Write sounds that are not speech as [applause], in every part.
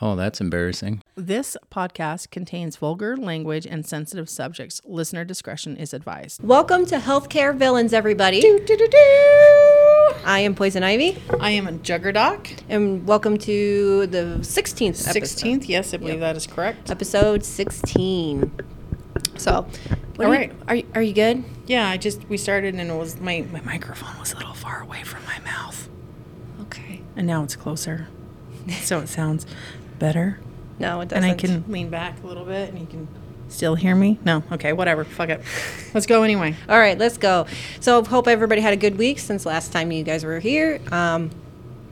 Oh, that's embarrassing. This podcast contains vulgar language and sensitive subjects. Listener discretion is advised. Welcome to Healthcare Villains, everybody. I am Poison Ivy, I am a Juggerdoc. and welcome to the 16th episode. 16th. Yes, I believe that is correct. Episode 16. So, what All are, right. you, are, you- are you good? Yeah, I just, we started and it was, my, my microphone was a little far away from my mouth. Okay. And now it's [laughs] closer. so it sounds better. No, it doesn't. And I can lean back a little bit and you can still hear me. No, okay, whatever. Fuck it. Let's go anyway. All right, let's go. So, hope everybody had a good week since last time you guys were here. Um,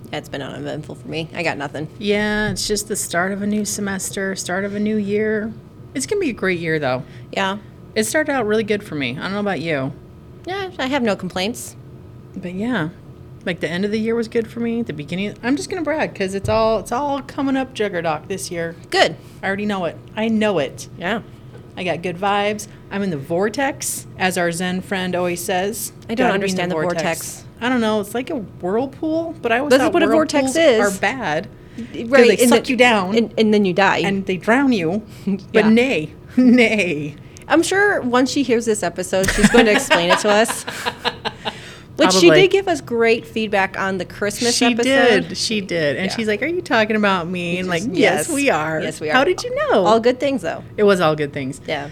that's been uneventful for me. I got nothing. Yeah, it's just the start of a new semester, start of a new year. It's going to be a great year, though. Yeah. It started out really good for me. I don't know about you, Yeah, I have no complaints. but yeah, like the end of the year was good for me. The beginning, I'm just gonna brag because it's all it's all coming up Juggerdoc this year. Good. I already know it. I know it. Yeah. I got good vibes. I'm in the vortex, as our Zen friend always says. I Gotta be don't in understand the vortex. I don't know. It's like a whirlpool, but I always This is thought what a vortex whirlpools is. Are bad. Right. they and suck you down. And, and then you die. And they drown [laughs] you, but Yeah. nay, [laughs] nay. I'm sure once she hears this episode, she's going to explain it [laughs] to us. Which she Probably. did give us great feedback on the Christmas she episode. did. She did. And Yeah. she's like, "Are you talking about me?" And like, Just- yes, we are. Yes, we are. How did you know? All good things, though. It was all good things. Yeah.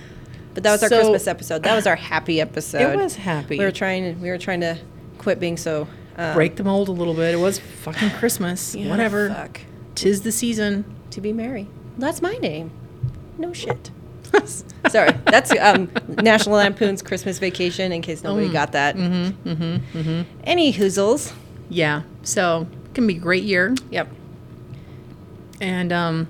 But that was our So- Christmas episode. That was our happy episode. [sighs] It was happy. We were trying. To, we were trying to quit being so. Uh, Break the mold a little bit. It was [sighs] fucking Christmas. yeah, Whatever. Fuck. Tis the season. To be merry. That's my name. No shit. [laughs] Sorry. That's um, National Lampoon's Christmas Vacation. In case Mm. nobody got that. Mm-hmm. Mm-hmm. Any hoozles? Yeah. So it can be a great year. Yep. And um,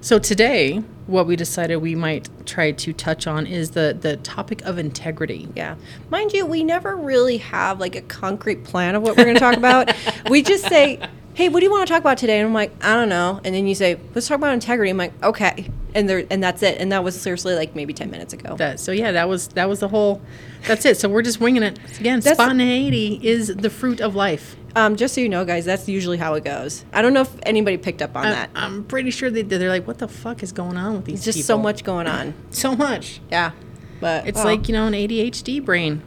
so today, what we decided we might try to touch on is the the topic of integrity. Yeah. Mind you, we never really have like a concrete plan of what we're going to talk about. we just say, "Hey, what do you want to talk about today?" And I'm like, "I don't know." And then you say, "Let's talk about integrity." I'm like, "Okay." And there and that's it. And that was seriously like maybe 10 minutes ago. That so yeah, that was that was the whole. That's it. So we're just winging it again. That's- spontaneity is the fruit of life. um just so you know, guys, that's usually how it goes. I don't know if anybody picked up on I- that. I'm pretty sure they they're like, what the fuck is going on with these? It's just so people?" much [clears throat] going on. so much. Yeah. But It's well, like you know an ADHD brain.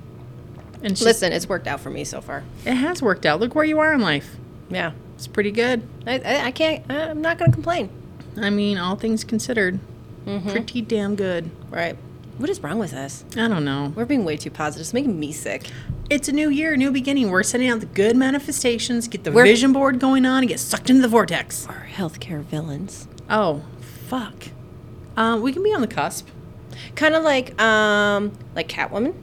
And it's just- listen, it's worked out for me so far. it has worked out. Look where you are in life. Yeah. It's pretty good. I, I, I can't I, I'm not going to complain. I mean, all things considered, Mm-hmm. pretty damn good. Right. What is wrong with us? I don't know. We're being way too positive. It's making me sick. It's a new year, new beginning. We're sending out the good manifestations, get the We're- vision board going on, and get sucked into the vortex. Our healthcare villains. Oh, fuck. Uh, we can be on the cusp. kind of like um like Catwoman,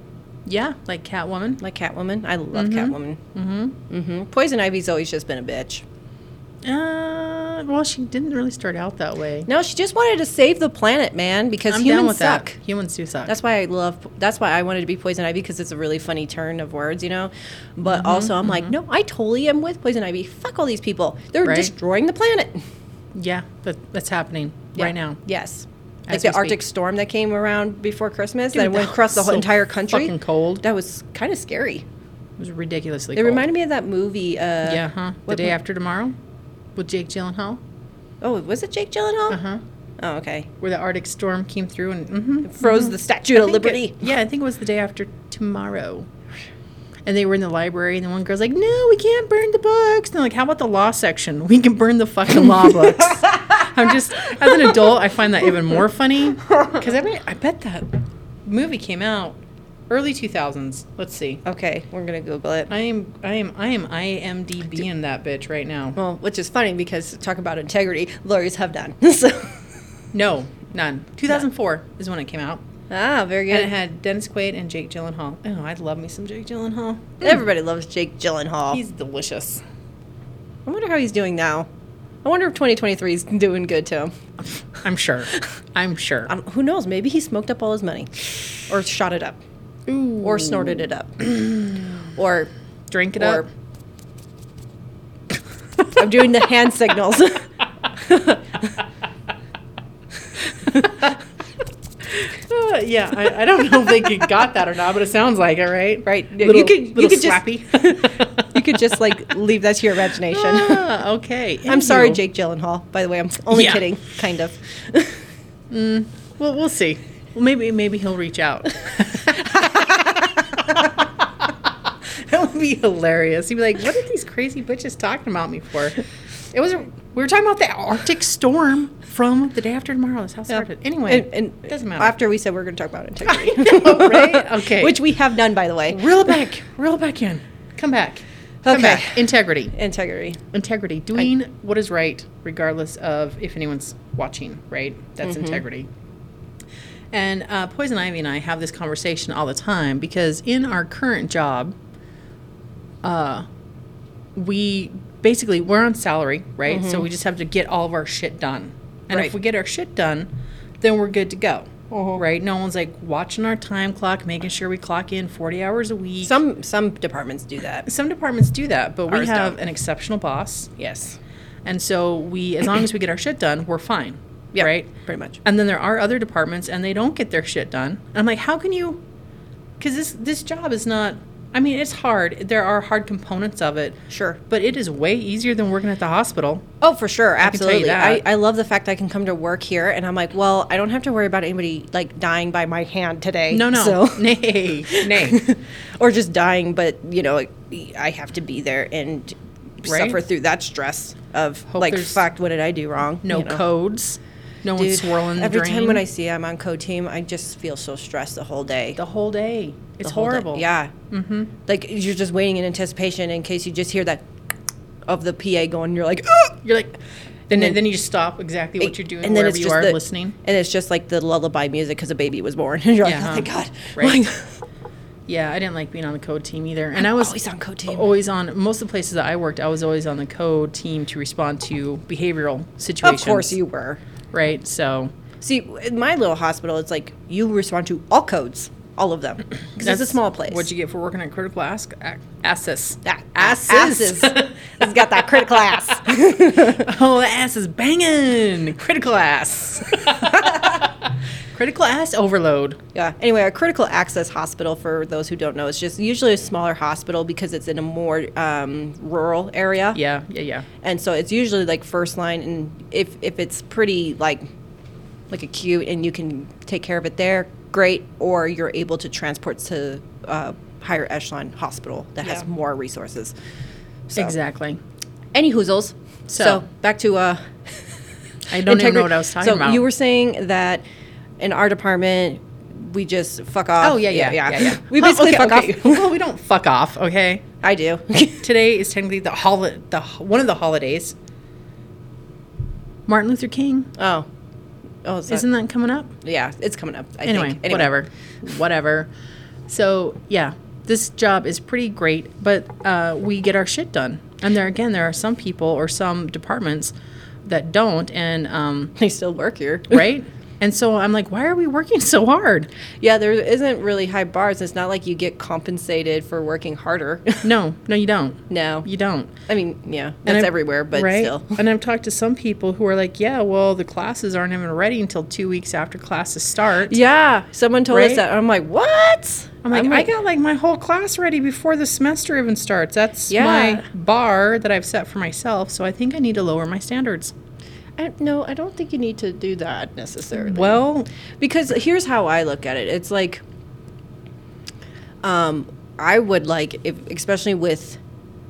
Yeah, like Catwoman. like Catwoman. I love Catwoman. Mm-hmm. Mm-hmm. Poison Ivy's always just been a bitch. Uh, well, she didn't really start out that way. No, she just wanted to save the planet, man, because I'm humans down with suck. that. Humans do suck. That's why I love. That's why I wanted to be Poison Ivy because it's a really funny turn of words, you know. But Mm-hmm, also, I'm like, no, I totally am with Poison Ivy. Fuck all these people. They're Right. destroying the planet [laughs] yeah, that, that's happening Yeah. right now. Yes. As like we the Arctic speak. storm that came around before Christmas Dude, that went that across the was whole so entire country. fucking cold. That was kind of scary. It was ridiculously It cold. reminded me of that movie. Uh, Yeah, huh? The what day mo- after tomorrow with Jake Gyllenhaal. Oh, was it Jake Gyllenhaal? Uh huh. Oh, okay. Where the Arctic storm came through and mhm. Froze the Statue I of think Liberty. it- yeah, I think it was the day after tomorrow. And they were in the library, and the one girl's like, "No, we can't burn the books." And they're like, "How about the law section? We can burn the fucking [laughs] law books." I'm just, as an adult, I find that even more funny because I bet, I bet that movie came out early 2000s. Let's see. Okay, we're gonna Google it. I am, I am, I am IMDb in that bitch right now. Well, which is funny because talk about integrity, lawyers have done. [laughs] so, No, none. 2004 is when it came out, ah, very and it good. had Dennis Quaid and Jake Gyllenhaal. Oh, I'd love me some Jake Gyllenhaal. Everybody loves Jake Gyllenhaal. He's delicious. I wonder how he's doing now. I wonder if 2023 is doing good to him. I'm sure. I'm sure. Um, who knows? Maybe he smoked up all his money, or shot it up, or snorted it up, [laughs] or [laughs] Drink it or up. [laughs] I'm doing the hand signals. [laughs] Uh, yeah, I, I don't know if they could got that or not, but it sounds like it, right? Right. You Little, could- you little could just- slappy. Just, [laughs] you could just like leave that to your imagination. [laughs] Ah, okay. I'm sorry, Anywho. Jake Gyllenhaal. By the way, I'm only Yeah. kidding, kind of. Well, we'll see. Well, maybe maybe he'll reach [laughs] out. [laughs] that would be hilarious. He'd be like, "What are these crazy bitches talking about me for?" [laughs] It was we were talking about the Arctic storm from the day after tomorrow. That's how it started. Anyway, and, and it doesn't matter. After we said we are going to [laughs] talk about integrity, know, [laughs] right? Okay. which we have done, by the [laughs] way. reel it back, reel it back in. Come back. Come Okay. back. Integrity. Integrity. Integrity. Doing what is right, regardless of if anyone's watching. Right. That's Mm-hmm. integrity. And uh, Poison Ivy and I have this conversation all the time because in our current job, uh, we basically we're on salary, right? So we just have to get all of our shit done. And Mm-hmm. Right. Mm-hmm. if we get our shit done, then we're good to go. Right? No one's like watching our time clock, making sure we clock in 40 hours a week. Some some departments do that. Some departments do that, but we Ours have don't. an exceptional boss. Yes. And so we as long as we get our shit done, we're fine. Yeah. Right? Pretty much. And then there are other departments and they don't get their shit done. And I'm like, how can you cuz this this job is not I mean, it's hard. There are hard components of it, Sure. but it is way easier than working at the hospital. Oh, for sure, can tell you absolutely. I, that. I, love the fact I can come to work here, and I'm like, well, I don't have to worry about anybody like dying by my hand today. No, no. [laughs] so- Nay, [laughs] nay. or just dying, but you know, I have to be there and Right. suffer through that stress of like, there's fuck, what did I do wrong? No you know? codes. No Dude, one's swirling the every drain. time when I see I'm on co team, I just feel so stressed the whole day. the whole day. It's The whole day. horrible. Yeah. Mm-hmm. Like you're just waiting in anticipation in case you just hear that of the PA going. You're like, oh! You're like then, then- then you just stop exactly what you're doing and then wherever it's you just are the- listening. and it's just like the lullaby music because a baby was born, [laughs] and you're Yeah. like, oh my god, Right. [laughs] Like, Yeah, I didn't like being on the code team either. And I was always on co team. always on most of the places that I worked, I was always on the code team to respond to behavioral situations. of course you were. right. So See, in my little hospital, it's like you respond to all codes, all of them, because it's a that's small place. What'd you get for working at Critical Ask Ac- Asses? that Asses. asses. it's got that critical ass. [laughs] Oh, the ass is banging. Critical ass. [laughs] Critical ass overload. Yeah. Anyway, a critical access hospital, for those who don't know, it's just usually a smaller hospital because it's in a more um, rural area. Yeah, yeah, yeah. And so it's usually like first line, and if if it's pretty like like acute and you can take care of it there, great. Or you're able to transport to uh, higher echelon hospital that has Yeah. more resources. So. Exactly. Any hoozles. So. So. back to uh, I don't even integrity. know what I was talking so about. you were saying that in our department we just fuck off. Oh yeah, yeah, yeah, yeah. [laughs] We Huh, basically okay, fuck okay. [laughs] off. well, we don't fuck off. Okay. [laughs] I [laughs] do. Today is technically the holi- the one of the holidays. Martin Luther King. oh. Oh, is that, Isn't that coming up? yeah, it's coming up. I Anyway, think. Anyway. [laughs] whatever. whatever. So, yeah, this job is pretty great, but uh, we get our shit done. And there again, there are some people or some departments that don't, and [laughs] um, They still work here. [laughs] right? And so I'm like, why are we working so hard? Yeah, there isn't really high bars. It's not like you get compensated for working harder. [laughs] No, no, you don't. no. You don't. I mean, yeah, And that's I've- everywhere, but still. [laughs] and I've talked to some people who are like, yeah, well, the classes aren't even ready until two weeks after classes start. Yeah, someone told Right? us that. I'm like, what? I'm like, I got like my whole class ready before the semester even starts. That's Yeah. my bar that I've set for myself. So I think I need to lower my standards. I, no, I don't think you need to do that necessarily. Well, because here's how I look at it. It's like, um, I would like, if, especially with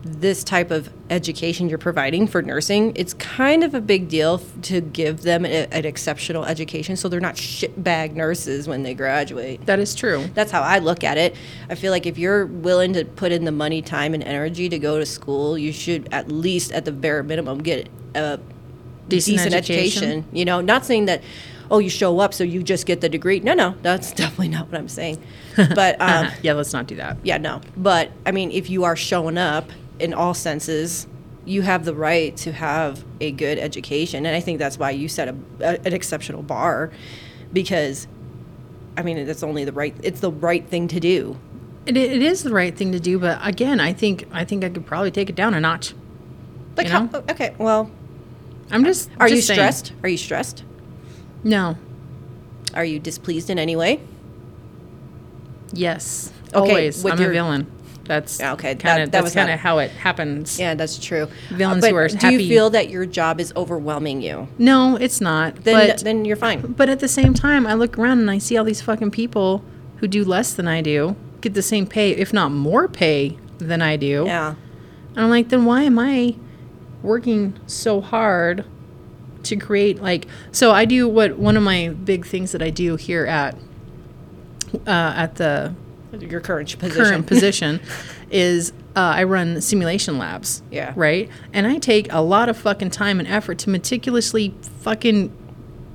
this type of education you're providing for nursing, it's kind of a big deal f- to give them a, an exceptional education so they're not shitbag nurses when they graduate. that is true. That's how I look at it. I feel like if you're willing to put in the money, time, and energy to go to school, you should at least, at the bare minimum, get a Decent decent, education. education. You know, not saying that, oh, you show up so you just get the degree. No, no, that's [laughs] definitely not what I'm [laughs] saying. But um, yeah, let's not do that. yeah, no. But I mean, if you are showing up in all senses, you have the right to have a good education, and I think that's why you set a, a- an exceptional bar, because, I mean, that's only the right. It's the right thing to do. It, it is the right thing to do, but again, I think I think I could probably take it down a notch. Like, You how, know? okay, well, I'm just. are you just saying. stressed? Are you stressed? No. Are you displeased in any way? Yes. Okay, Always. with I'm a your- villain. That's Yeah, okay, Kind that- that of that's was not- kind of how it happens. Yeah, that's true. Villains Uh, but who are do happy- you feel that your job is overwhelming you? No, it's not. Then but then you're fine. [laughs] but at the same time, I look around and I see all these fucking people who do less than I do get the same pay, if not more pay than I do. Yeah. And I'm like, then why am I working so hard to create like so I do what one of my big things that I do here at uh, at the Your current position. current [laughs] position is uh, I run simulation labs. Yeah. Right? And I take a lot of fucking time and effort to meticulously fucking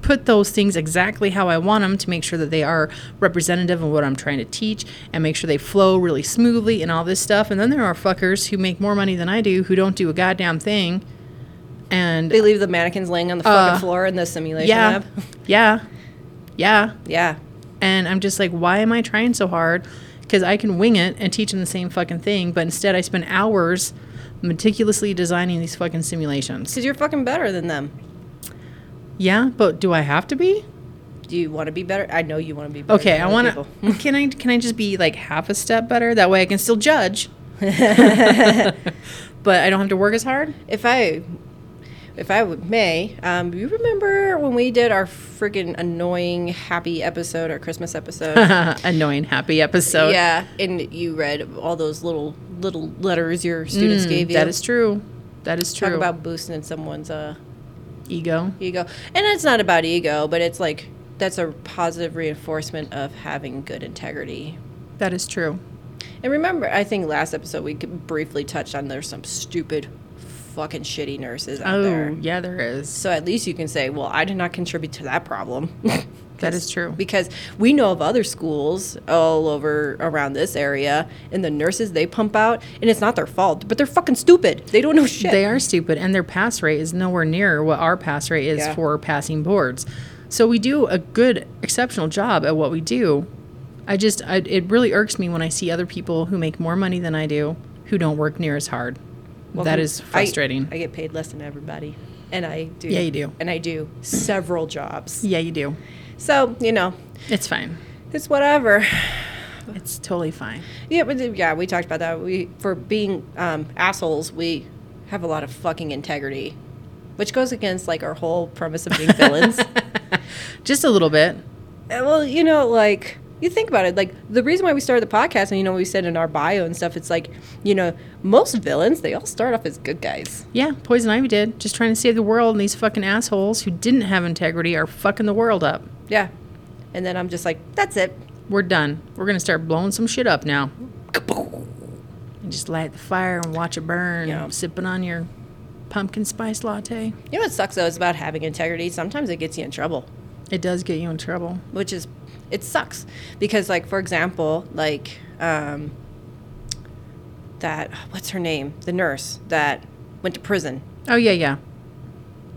put those things exactly how I want them to make sure that they are representative of what I'm trying to teach and make sure they flow really smoothly and all this stuff. And then there are fuckers who make more money than I do who don't do a goddamn thing. And They leave the mannequins laying on the fucking Uh, floor in the simulation yeah. lab. [laughs] Yeah. Yeah. Yeah. And I'm just like, why am I trying so hard? Because I can wing it and teach them the same fucking thing. But instead, I spend hours meticulously designing these fucking simulations. Because you're fucking better than them. Yeah, but do I have to be? Do you want to be better? I know you want to be better. Okay, than I other want people. to. [laughs] Can I can I just be like half a step better? That way, I can still [laughs] judge, but I don't have to work as hard. [laughs] If I, if I would may, um, you remember when we did our freaking annoying happy episode, our Christmas episode? Annoying happy [laughs] episode. yeah, and you read all those little little letters your students gave you. Mm, that is true. That is true. talk about boosting someone's uh, ego. ego, and it's not about ego, but it's like that's a positive reinforcement of having good integrity. That is true. And remember, I think last episode we could briefly touched on there's some stupid, fucking shitty nurses out Oh there. yeah, there is. So at least you can say, well, I did not contribute to that problem. [laughs] That is true. because we know of other schools all over around this area, and the nurses they pump out, and it's not their fault, but they're fucking stupid. They don't know shit. They are stupid, and their pass rate is nowhere near what our pass rate is Yeah. for passing boards. So we do a good, exceptional job at what we do. I just, I, it really irks me when I see other people who make more money than I do who don't work near as hard. Well, that who- is I- frustrating. I, get paid less than everybody, and I do. Yeah, you do. And I do several jobs. yeah, you do. So you know, It's fine. it's whatever. It's totally fine. Yeah, but yeah, we talked about that. We for being um, assholes, we have a lot of fucking integrity, which goes against like our whole premise of being villains. Uh, Just a little bit. well, you know, like you think about it, like the reason why we started the podcast, and you know, we said in our bio and stuff, it's like you know, most villains they all start off as good guys. Yeah, Poison Ivy did. Just trying to save the world, and these fucking assholes who didn't have integrity are fucking the world up. Yeah, and then I'm just like, that's it. We're done. We're gonna start blowing some shit up now. And just light the fire and watch it burn. Yeah. Sipping on your pumpkin spice latte. You know what sucks though is about having integrity. Sometimes it gets you in trouble. It does get you in trouble. which is it sucks because like for example like um that what's her name the nurse that went to prison Oh yeah, yeah.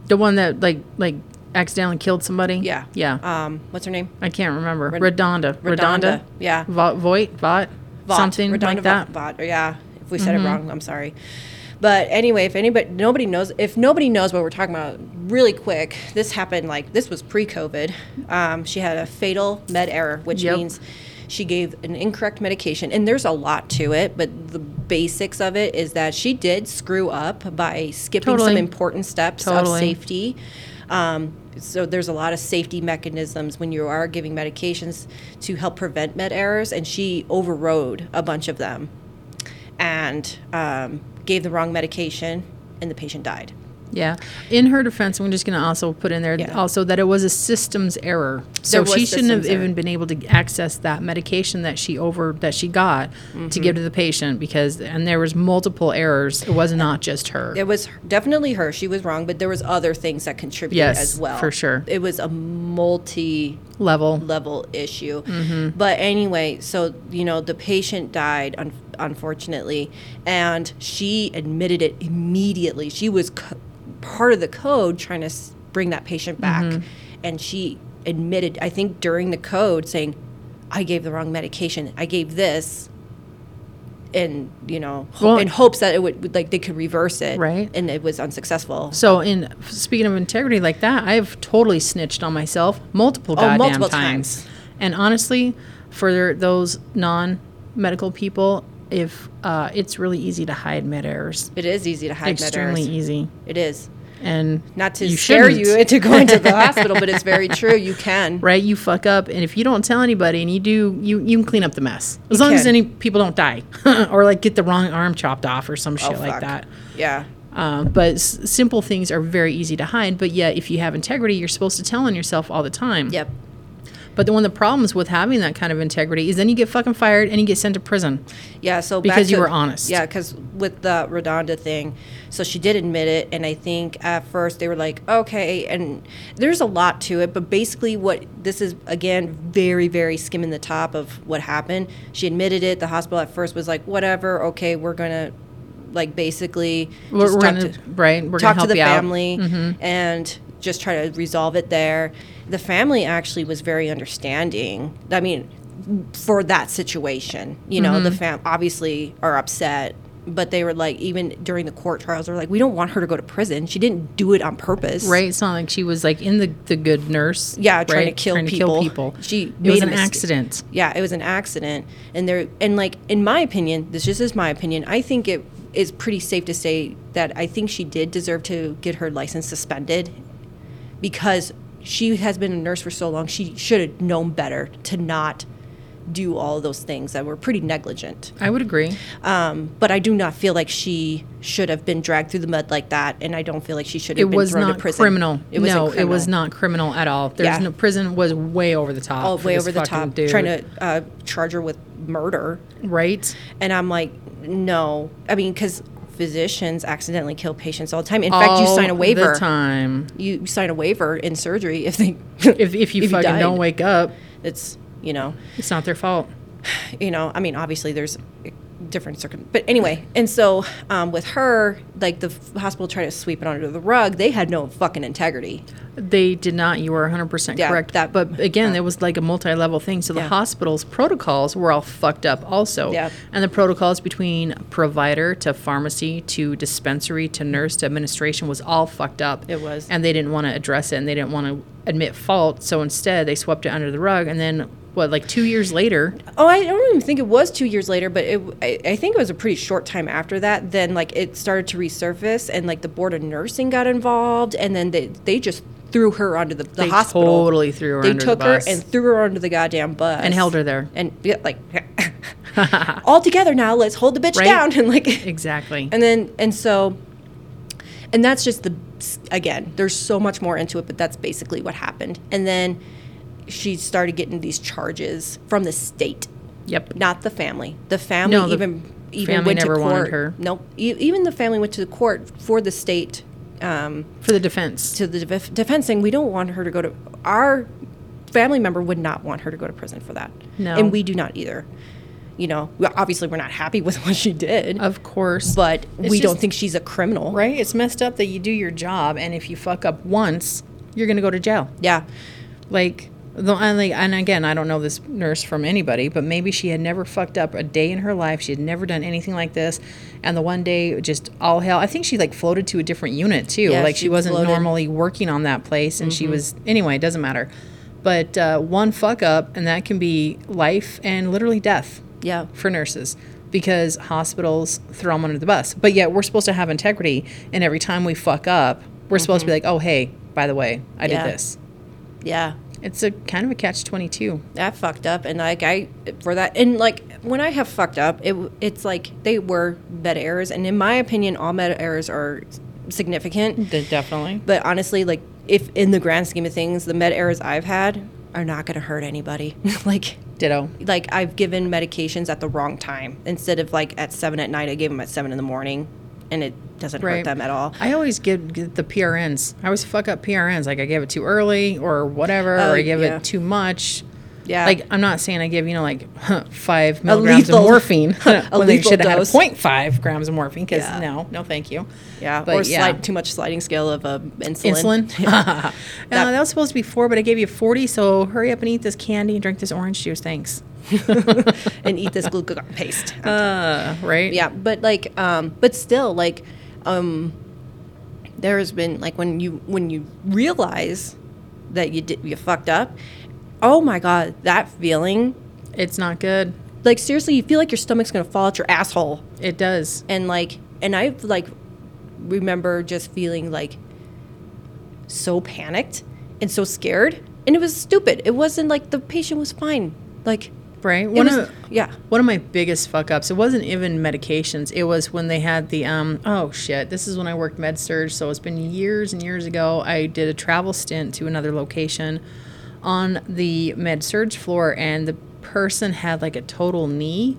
The one that like like accidentally killed somebody. Yeah. yeah. um what's her name I can't remember. Red- Redonda. Redonda. yeah Vo- Voight. Vought. Vought. Something Redonda like that. Mm-hmm. Vought, Oh, yeah if we said it wrong i'm sorry but anyway if anybody nobody knows if nobody knows what we're talking about really quick this happened like this was pre-covid um, she had a fatal med error which Yep. means she gave an incorrect medication and there's a lot to it but the basics of it is that she did screw up by skipping some Totally. important steps of Totally. safety um, so there's a lot of safety mechanisms when you are giving medications to help prevent med errors and she overrode a bunch of them and um, gave the wrong medication and the patient died Yeah. In her defense, I'm just going to also put in there Yeah. also that it was a systems error. So There was she shouldn't have systems error. even been able to access that medication that she over that she got to Mm-hmm. give to the patient because and there was multiple errors. It was not just her. it was definitely her she was wrong but there was other things that contributed Yes, as well for sure. it was a multi Level. level issue. Mm-hmm. But anyway, so you know the patient died un- unfortunately, and she admitted it immediately. She was co- part of the code trying to s- bring that patient back, Mm-hmm. and she admitted I think during the code saying, "I gave the wrong medication. I gave this." And you know, ho- Well- in hopes that it would would, like they could reverse it, Right. And it was unsuccessful. So in speaking of integrity like that, I've totally snitched on myself multiple Oh, goddamn multiple times. times. And honestly, for those non medical people, if uh, it's really easy to hide med errors. It is easy to hide med errors. Extremely e-, easy. It is. And Not to you scare shouldn't, you into [laughs] going to the hospital, but it's very true. You can. right? You fuck up, and if you don't tell anybody, and you do, you you can clean up the mess as long as can. any people don't die [laughs] or like get the wrong arm chopped off or some shit like Oh, fuck. that. Yeah. Um, but s- simple things are very easy to hide. But yet, if you have integrity, you're supposed to tell on yourself all the time. Yep. But the, one of the problems with having that kind of integrity is then you get fucking fired and you get sent to prison. Yeah, so back Because you to- were honest. Yeah, because with the Redonda thing, so she did admit it, and I think at first they were like, okay, and there's a lot to it, but basically what this is again very very skimming the top of what happened. She admitted it. The hospital at first was like, whatever, okay, we're gonna like basically We're, just we're talk gonna, to- right? We're talk gonna to help the you out. Mm-hmm. family and just try to resolve it there. The family actually was very understanding. I mean, for that situation, you know, Mm-hmm. the fam obviously are upset, but they were like, even during the court trials, they're like, we don't want her to go to prison. She didn't do it on purpose, Right? It's not like she was like in the, the good nurse. Yeah, trying to right? kill trying people. To kill people. She it was made a an mistake. accident. Yeah, it was an accident, and there, and like in my opinion, this just is my opinion. I think it is pretty safe to say that I think she did deserve to get her license suspended because she has been a nurse for so long. She should have known better to not do all those things that were pretty negligent. I would agree. Um, but I do not feel like she should have been dragged through the mud like that, and I don't feel like she should have It been was thrown not to prison. criminal. wasn't no, it was criminal. not criminal at all. There's Yeah. no prison was way over the top. all for way this over the fucking top, dude, trying to uh, charge her with murder. right. And I'm like, no. I mean, because physicians accidentally kill patients all the time. In fact, you All sign a the waiver. time. You sign a waiver in surgery if they, [laughs] If if you fucking died. don't wake up, it's you know, [sighs] it's not their fault. you know. I mean, obviously there's different circum, but anyway. And so um, with her, like the f- hospital tried to sweep it under the rug. They had no fucking integrity. They did not. You are 100% Yeah, correct. that- but again, it was like a multi level thing. So the Yeah. hospital's protocols were all fucked up, also. Yeah. And the protocols between provider to pharmacy to dispensary to nurse to administration was all fucked up. It was. And they didn't want to address it and they didn't want to admit fault. So instead, they swept it under the rug. And then, what, like two years later, Oh, I don't even think it was two years later, but it, I, I think it was a pretty short time after that. Then, like, it started to resurface, and like the board of nursing got involved, and then they they just threw her under the, the they hospital. totally threw her they under took the her bus and threw her under the goddamn bus and held her there. and yeah, [laughs] like [laughs] all together now. Let's hold the bitch Right? down [laughs] and like Exactly. and then and so and that's just the again there's so much more into it but that's basically what happened and then she started getting these charges from the state yep. not the family. The family No, the even even family went never to court. wanted her. Nope. E- even the family went to the court for the state um, For the defense. to the def- defense saying we don't want her to go to our family member would not want her to go to prison for that. No. and we do not either. You know, we- obviously we're not happy [laughs] with what she did, Of course. but we Uh, It's don't just- think she's a criminal. Right? It's messed up that you do your job, and if you fuck up once, you're going to go to jail. Yeah. Like, the, and, like, and again, I don't know this nurse from anybody, but maybe she had never fucked up a day in her life. She had never done anything like this. And the one day, just all hell. I think she like floated to a different unit too. Yeah, like, she, she wasn't floated. Mm-hmm. normally working on that place, and she was, anyway, it doesn't matter. But uh, one fuck up, and that can be life and literally death Yeah. for nurses because hospitals throw them under the bus. But yet we're supposed to have integrity, and every time we fuck up, we're supposed to be like, "Oh, hey, by the way, I Mm-hmm. Yeah. did this." Yeah. It's a kind of a catch twenty two. I fucked up, and like I for that, and like when I have fucked up, it it's like they were meta errors, and in my opinion, all meta errors are significant. Definitely. But honestly, like if in the grand scheme of things, the med errors I've had are not going to hurt anybody. [laughs] like Ditto. like I've given medications at the wrong time instead of like at seven at night, I gave them at seven in the morning, and it doesn't hurt Right. them at all. I always give, give the PRNs. I always fuck up PRNs. Like I give it too early or whatever, Oh, or I give yeah. it too much. Yeah, Like I'm not saying I give you know like [laughs] five milligrams lethal- [laughs] of morphine [laughs] a when they lethal should have had dose. 0.5 grams of morphine because Yeah. no, no, thank you. yeah, but or yeah. slide, too much sliding scale of uh, insulin. insulin. [laughs] uh, that, was supposed to be four, but I gave you 40, so hurry up and eat this candy and drink this orange juice. Thanks. and eat this glucagon paste. [laughs] Uh, right? yeah but like um but still like um there has been like when you when you realize that you did you fucked up oh my god that feeling It's not good. like seriously, you feel like your stomach's gonna fall out your asshole. It does. and like and i like remember just feeling like so panicked and so scared and it was stupid it wasn't like the patient was fine like Right? it One was, of yeah one of my biggest fuck ups. It wasn't even medications. It was when they had the um oh shit. This is when I worked med surge, so it's been years and years ago. I did a travel stint to another location on the med surge floor and the person had like a total knee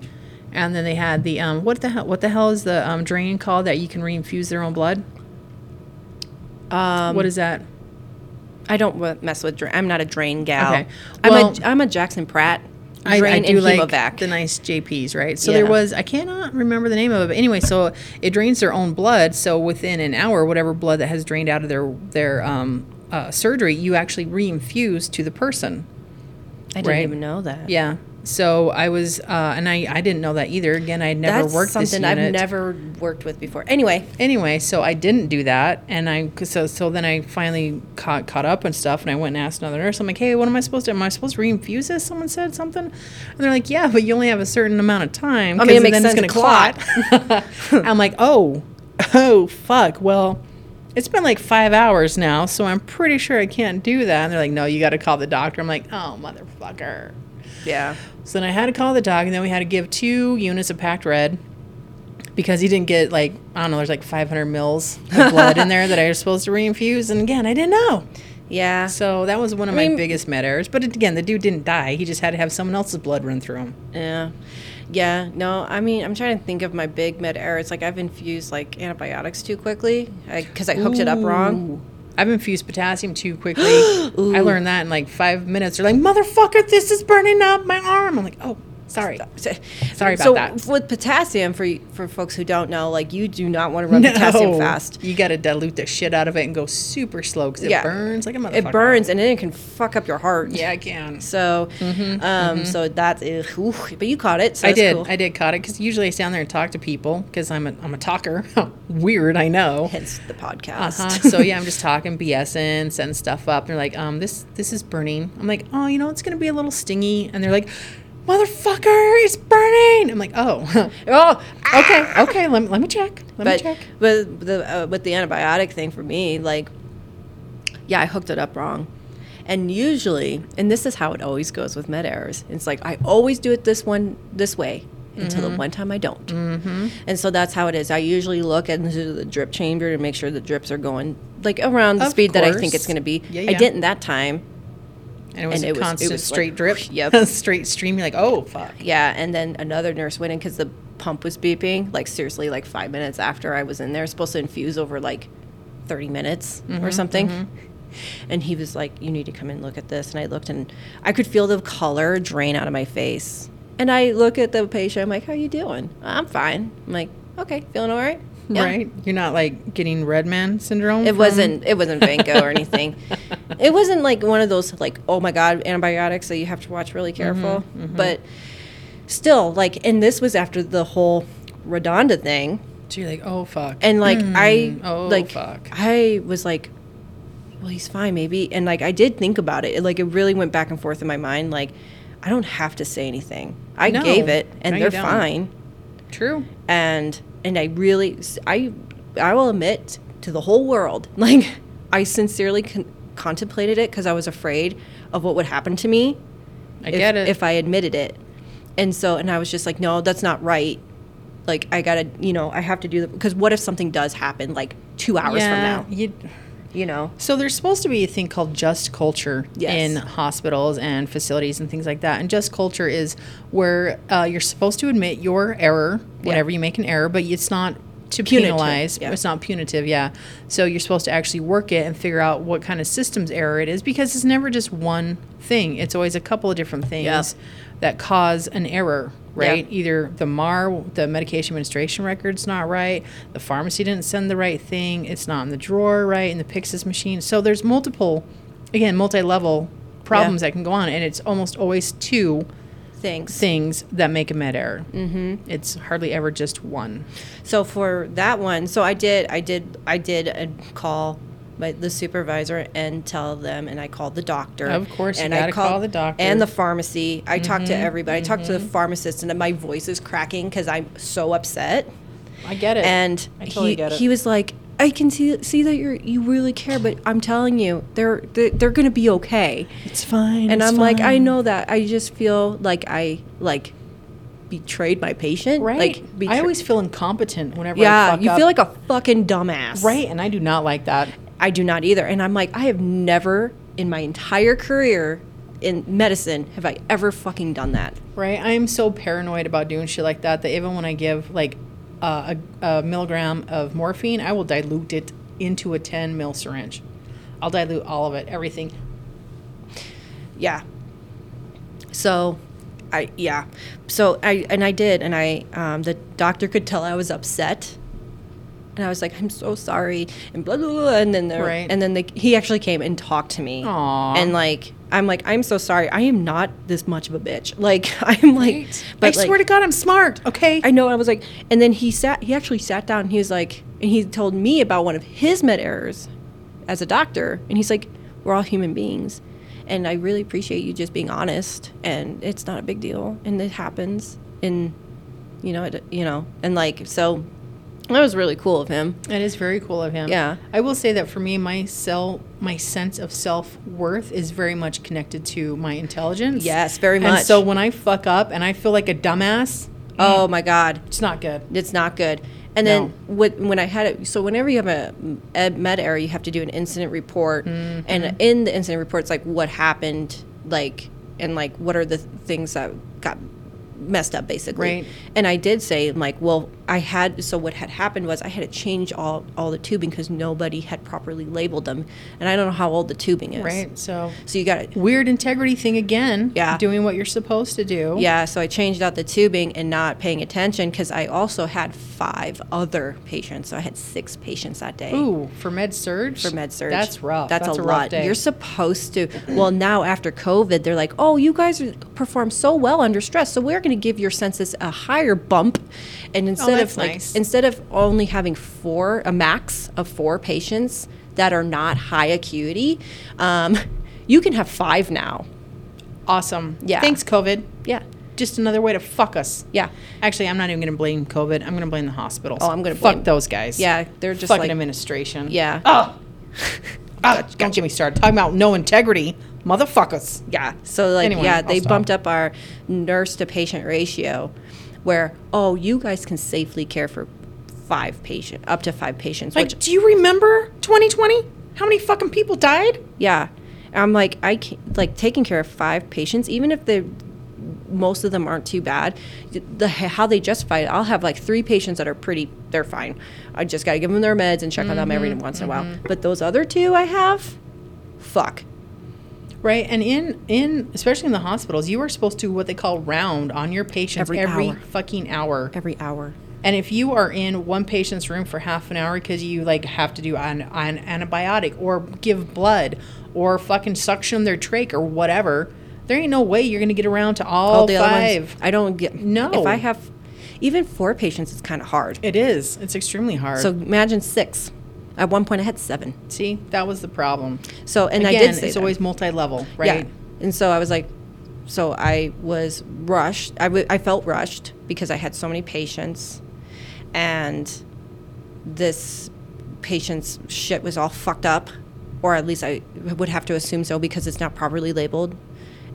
and then they had the um what the hell what the hell is the um drain called that you can reinfuse their own blood? um what is that? i don't wa- mess with drain i'm not a drain gal Okay. i'm Well- a i'm a jackson pratt I, drain I do and like hemovac the nice JPs, right? So Yeah. there was I cannot remember the name of it, but anyway, so it drains their own blood. So within an hour, whatever blood that has drained out of their their um, uh, surgery, you actually reinfuse to the person. i didn't right. even know that Yeah. So I was, uh, and I I didn't know that either. Again, I had never that's worked something this i've unit. never worked with before anyway anyway, so I didn't do that, and I so so then I finally caught caught up and stuff, and I went and asked another nurse. I'm like, hey, what am I supposed to? Am I supposed to reinfuse this? Someone said something, and they're like, yeah, but you only have a certain amount of time. I mean, 'cause it then makes sense to it's gonna clot. [laughs] I'm like, oh, oh, fuck. Well. It's been like five hours now, so I'm pretty sure I can't do that. And they're like, no, you got to call the doctor. I'm like, oh, motherfucker. yeah So then I had to call the doc, and then we had to give two units of packed red because he didn't get like I don't know. There's like 500 mils of blood in there that I was supposed to reinfuse, and again I didn't know. yeah So that was one of my mean- biggest med errors. But it, again, the dude didn't die. He just had to have someone else's blood run through him. Yeah. Yeah. No, I mean, I'm trying to think of my big med error. It's like I've infused like antibiotics too quickly because I, hooked it up wrong. Ooh. I've infused potassium too [gasps] quickly. I learned that in like five minutes. They're like, "Motherfucker, this is burning up my arm." I'm like, "Oh, sorry." So- Sorry about so that. with potassium, for y- for folks who don't know, like you do not want [laughs] to run potassium fast. You got to dilute the shit out of it and go super slow because it Yeah. burns like a motherfucker. It burns and then it can fuck up your heart. Yeah, I can. So, um, so that's ugh, oof. but you caught it. Mm-hmm, So I that's did. Cool. I did caught it because usually I stand there and talk to people because I'm a I'm a talker. [laughs] Weird, I know. Hence the Uh podcast. huh. [laughs] [laughs] so yeah, I'm just talking, BSing, setting stuff up. And they're like, um, this this is burning. I'm like, oh, you know, it's gonna be a little stingy. And they're like, motherfucker, it's burning. I'm like, oh, [laughs] oh, okay, okay. Let me let me check. Let me but check. with the uh, with the antibiotic thing for me, like, yeah, I hooked it up wrong. And usually, and this is how it always goes with med errors. It's like I always do it this one this way until Mm-hmm. the one time I don't. And so that's how it is. I usually look into the drip chamber to make sure the drips are going like around the Of speed that I think course. it's going to be. Yeah, I yeah. didn't that time. And it was and a it was- it constant was like, straight drip. [laughs] yep. [laughs] straight stream. You're like, oh fuck. Yeah, and then another nurse went in because the pump was beeping. Like seriously, like five minutes after I was in there, supposed to infuse over like thirty minutes or something. [laughs] And he was like, "You need to come and look at this." And I looked, and I could feel the color drain out of my face. And I look at the patient. I'm like, "How you doing?" "I'm fine." I'm like, "Okay, feeling all right." "Yeah." Right. You're not like getting red man syndrome. It from- wasn't. It wasn't Vanco or [laughs] anything. It wasn't like one of those like oh my god antibiotics that you have to watch really Mm-hmm, careful. But still, like, and this was after the whole Redonda thing, So you're like, oh fuck. and like I oh, like fuck. I was like, well, he's fine maybe, and like I did think about it. It, Like it really went back and forth in my mind. Like I don't have to say anything. I No. gave it, and No, you they're don't. fine True. and and I really I I will admit to the whole world [laughs] like I sincerely con- contemplated it because I was afraid of what would happen to me I if, get it. if I admitted it and so and I was just like no that's not right like I gotta you know I have to do the because what if something does happen like two hours from now You, you know so there's supposed to be a thing called just culture Yes. in hospitals and facilities and things like that. And just culture is where uh, you're supposed to admit your error whenever you make an error, but it's not to Punitive, penalize. yeah. It's not punitive, yeah. So you're supposed to actually work it and figure out what kind of systems error it is because it's never just one thing. It's always a couple of different things Yeah. that cause an error, Yeah. right? Either the MAR, the medication administration record's not right, the pharmacy didn't send the right thing, it's not in the drawer right, in the Pixis machine. So there's multiple, again, multi level problems that can go on, and it's almost always two thanks things that make a med error. Mm-hmm. It's hardly ever just one. so for that one so I did I did I did a call my, the supervisor and tell them. And I called the doctor. Of course, you and gotta call the doctor. Mm-hmm, and the pharmacy. I talked to everybody. I talked to the pharmacist, and my voice is cracking because I'm so upset. I get it. And I totally he, get it. he was like, I can see see that you're you really care, but I'm telling you, they're they're, they're gonna be okay. it's fine. and it's I'm like, I fine. know that. I just feel like I like betrayed my patient. Right. Like I betra- always feel incompetent whenever I yeah. fuck You up. feel like a fucking dumbass. right, and I do not like that. I do not either. And I'm like, I have never in my entire career in medicine have I ever fucking done that. Right? I am so paranoid about doing shit like that that even when I give like uh, a, a milligram of morphine, I will dilute it into a 10 mil syringe. I'll dilute all of it, everything. yeah so i yeah so i and i did and i um, the doctor could tell i was upset and i was like i'm so sorry and blah blah blah and then the, Right. and then they, he actually came and talked to me Aw. and like i'm like i'm so sorry i am not this much of a bitch like [laughs] i'm like I swear to God, I'm smart. Okay. I know. I was like, and then he sat. He actually sat down. And he was like, and he told me about one of his med errors as a doctor. And he's like, we're all human beings, and I really appreciate you just being honest. And it's not a big deal, and it happens. And you know, it, you know, and like so, that was really cool of him. That is very cool of him. Yeah. I will say that for me, my cell, my sense of self worth is very much connected to my intelligence. Yes, very And much. so when I fuck up and I feel like a dumbass, Oh my god, it's not good. it's not good. And then No. what, when I had it, so whenever you have a ed med error, you have to do an incident report, Mm-hmm. and in the incident report, it's like what happened, like and like what are the things that got messed up, basically. Right. And I did say like, well, I had so what had happened was I had to change all all the tubing because nobody had properly labeled them, and I don't know how old the tubing is. Right. So So you got to weird integrity thing again. Yeah. Doing what you're supposed to do. Yeah, so I changed out the tubing and not paying attention because I also had five other patients. So I had six patients that day Ooh, for med surge. for med surge. That's rough. That's, a, rough lot. Day. You're supposed to. Well, now after COVID, they're like, oh, you guys are- perform so well under stress, so we're going to give your census a higher bump. And instead Oh, that's of like, nice. instead of only having four, a max of four patients that are not high acuity, um, [laughs] you can have five now. awesome. Yeah. Thanks, COVID. Yeah, Just another way to fuck us. yeah. Actually, I'm not even going to blame COVID. I'm going to blame the hospitals. Oh, I'm gonna fuck blame- those guys. Yeah, they're just Fucking like administration. Yeah. [laughs] Oh. Ah, Don't get me started. Talking about no integrity, motherfuckers. Yeah. So like Anyway, yeah, I'll they stop. bumped up our nurse to patient ratio where oh, you guys can safely care for five patient up to five patients, which Like, do you remember 2020? How many fucking people died? yeah. I'm like I can't, like taking care of five patients even if they most of them aren't too bad. The how they justify it, I'll have like three patients that are pretty they're fine. I just got to give them their meds and check on them Mm-hmm. every once in a while. But those other two I have fuck. Right, and in in especially in the hospitals, you are supposed to what they call round on your patients every, Every hour. fucking hour. Every hour. And if you are in one patient's room for half an hour because you like have to do an, an antibiotic or give blood or fucking suction their trach or whatever, there ain't no way you're gonna get around to all, all the other five. ones. I don't get No. If I have even four patients, it's kind of hard. It is. It's extremely hard. So So imagine six. At one point, I had seven. see, that was the problem. So and Again, I did say it's that. always multi-level, right? Yeah. And so I was like, so I was rushed. I wa- I felt rushed because I had so many patients, and this patient's shit was all fucked up, or at least I would have to assume so because it's not properly labeled.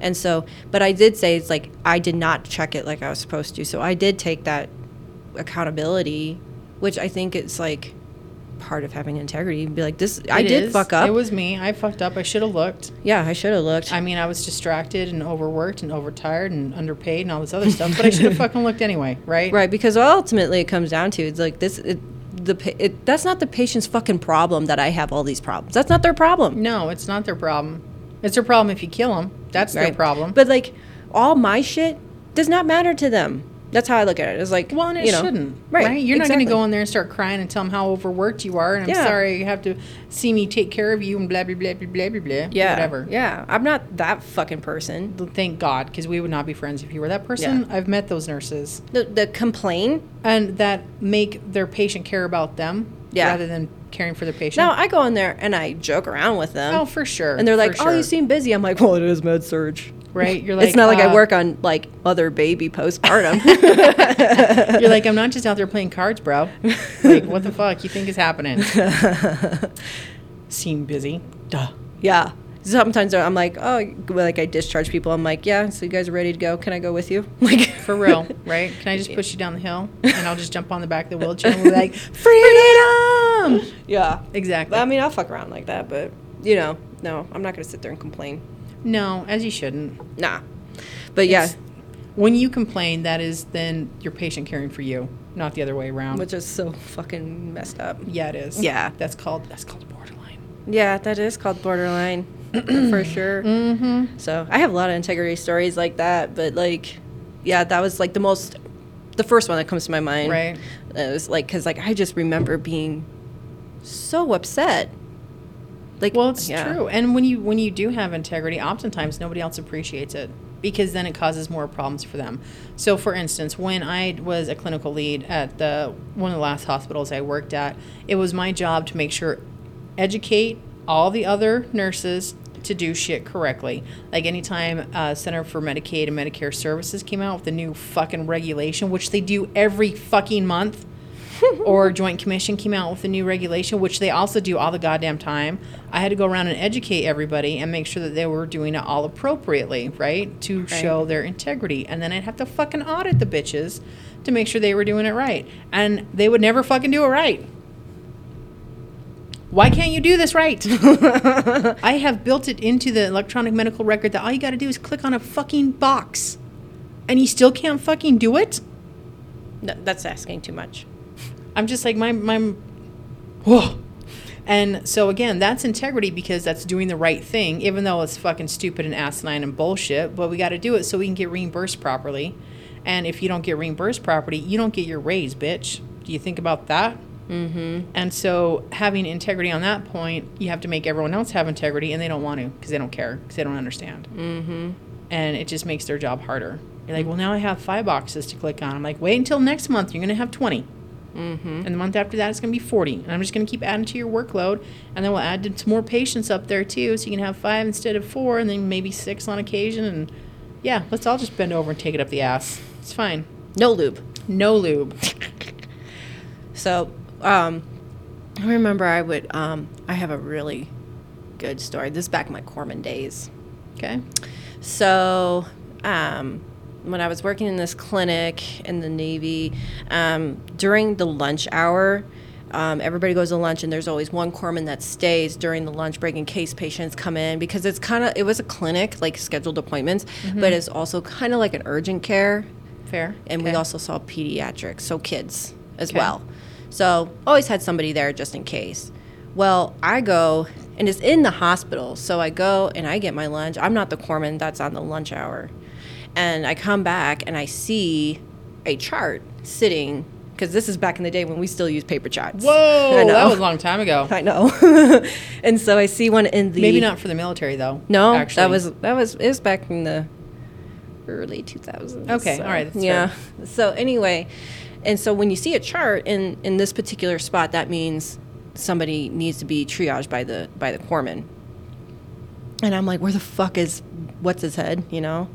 And so, but I did say it's like I did not check it like I was supposed to. So I did take that accountability, which I think it's like part of having integrity. Be like, this I It did is. fuck up. It was me. I fucked up. I should have looked. yeah, I should have looked. I mean, I was distracted and overworked and overtired and underpaid and all this other stuff, but I [laughs] should have fucking looked anyway, right? Right, because ultimately it comes down to it's like this. It, the pa- it, that's not the patient's fucking problem that I have all these problems. That's not their problem. No, it's not their problem. It's their problem if you kill them. That's their right? problem. But like all my shit does not matter to them. That's how I look at it. It's like well, and it you know, shouldn't, right? You're not going to exactly. go in there and start crying and tell them how overworked you are, and I'm Yeah. sorry you have to see me take care of you and blah blah blah blah blah blah blah. Yeah, whatever. Yeah, I'm not that fucking person. Thank God, because we would not be friends if you were that person. I've met those nurses The, the complain. and that make their patient care about them. Yeah. rather than caring for the patient. Now I go in there and I joke around with them. oh, for sure. um, and they're like, for "Oh, you sure." seem busy." I'm like, "Well, it is med surge. right? You're like, it's not like I uh, work on like mother baby [laughs] postpartum." [laughs] You're like, I'm not just out there playing cards, [laughs] bro. like, what the fuck you think is happening? seem busy. Duh. yeah. Sometimes I'm like, "Oh, like I discharge people." I'm like, "Yeah, so you guys are ready to go? Can I go with you?" [laughs] Like For real, [laughs] right? Can I just push you down the [laughs] hill and I'll just jump on the back of the wheelchair and we'll be like, freedom! Yeah. Exactly. I mean, I'll fuck around like that, but you know, no, I'm not gonna sit there and complain. no, as you shouldn't. Nah. But yeah, It's- When you complain, that is then your patient caring for you, not the other way around. which is so fucking messed up. yeah, it is. Yeah. That's called that's called borderline. Yeah, that is called [clears throat] borderline for sure. Mm-hmm. So I have a lot of integrity stories like that, but like, yeah, that was like the most, the first one that comes to my mind. Right. It was like, cause like I just remember being so upset. Like, Well, it's yeah. true. And when you when you do have integrity, oftentimes nobody else appreciates it because then it causes more problems for them. So, for instance, when I was a clinical lead at the one of the last hospitals I worked at, it was my job to make sure educate all the other nurses to do shit correctly. Like anytime uh, Center for Medicaid and Medicare Services came out with the new fucking regulation, which they do every fucking month or Joint Commission came out with a new regulation, which they also do all the goddamn time. I had to go around and educate everybody and make sure that they were doing it all appropriately, right? To show their integrity. And then I'd have to fucking audit the bitches to make sure they were doing it right. And they would never fucking do it right. Why can't you do this right? I have built it into the electronic medical record that all you got to do is click on a fucking box. And you still can't fucking do it? No, that's asking too much. I'm just like my my whoa. And so again, that's integrity because that's doing the right thing, even though it's fucking stupid and asinine and bullshit. But we got to do it so we can get reimbursed properly. And if you don't get reimbursed properly, you don't get your raise, bitch. Do you think about that? Mm-hmm. And so having integrity on that point, you have to make everyone else have integrity, and they don't want to because they don't care because they don't understand. Mm-hmm. And it just makes their job harder. You're like, well, now I have five boxes to click on. I'm like, wait until next month. You're gonna have twenty. And the month after that, it's going to be 40. And I'm just going to keep adding to your workload. And then we'll add some more patients up there, too. So you can have five instead of four, and then maybe six on occasion. And yeah, let's all just bend over and take it up the ass. It's fine. No lube. No lube. So, um, I remember I would, um, I have a really good story. This is back in my Corman days. [laughs] Okay. So, um, when I was working in this clinic in the Navy, um, during the lunch hour, um, everybody goes to lunch, and there's always one corpsman that stays during the lunch break in case patients come in because it's kind of it was a clinic like scheduled appointments, but it's also kind of like an urgent care Fair. and we Okay. also saw pediatrics, so kids as Okay. well. So always had somebody there just in case. Well, I go and it's in the hospital, so I go and I get my lunch. I'm not the corpsman that's on the lunch hour, and I come back and I see a chart sitting because this is back in the day when we still used paper [laughs] charts. Whoa. [laughs] I know. That was a long time ago. I know. [laughs] and so I see one in the Maybe not for the military, though. no, actually. that was that was it was back in the early 2000s. Okay, so, all right, that's yeah. So anyway, and so when you see a chart in in this particular spot, that means somebody needs to be triaged by the by the corpsman. And I'm like, where the fuck is what's his head? You know,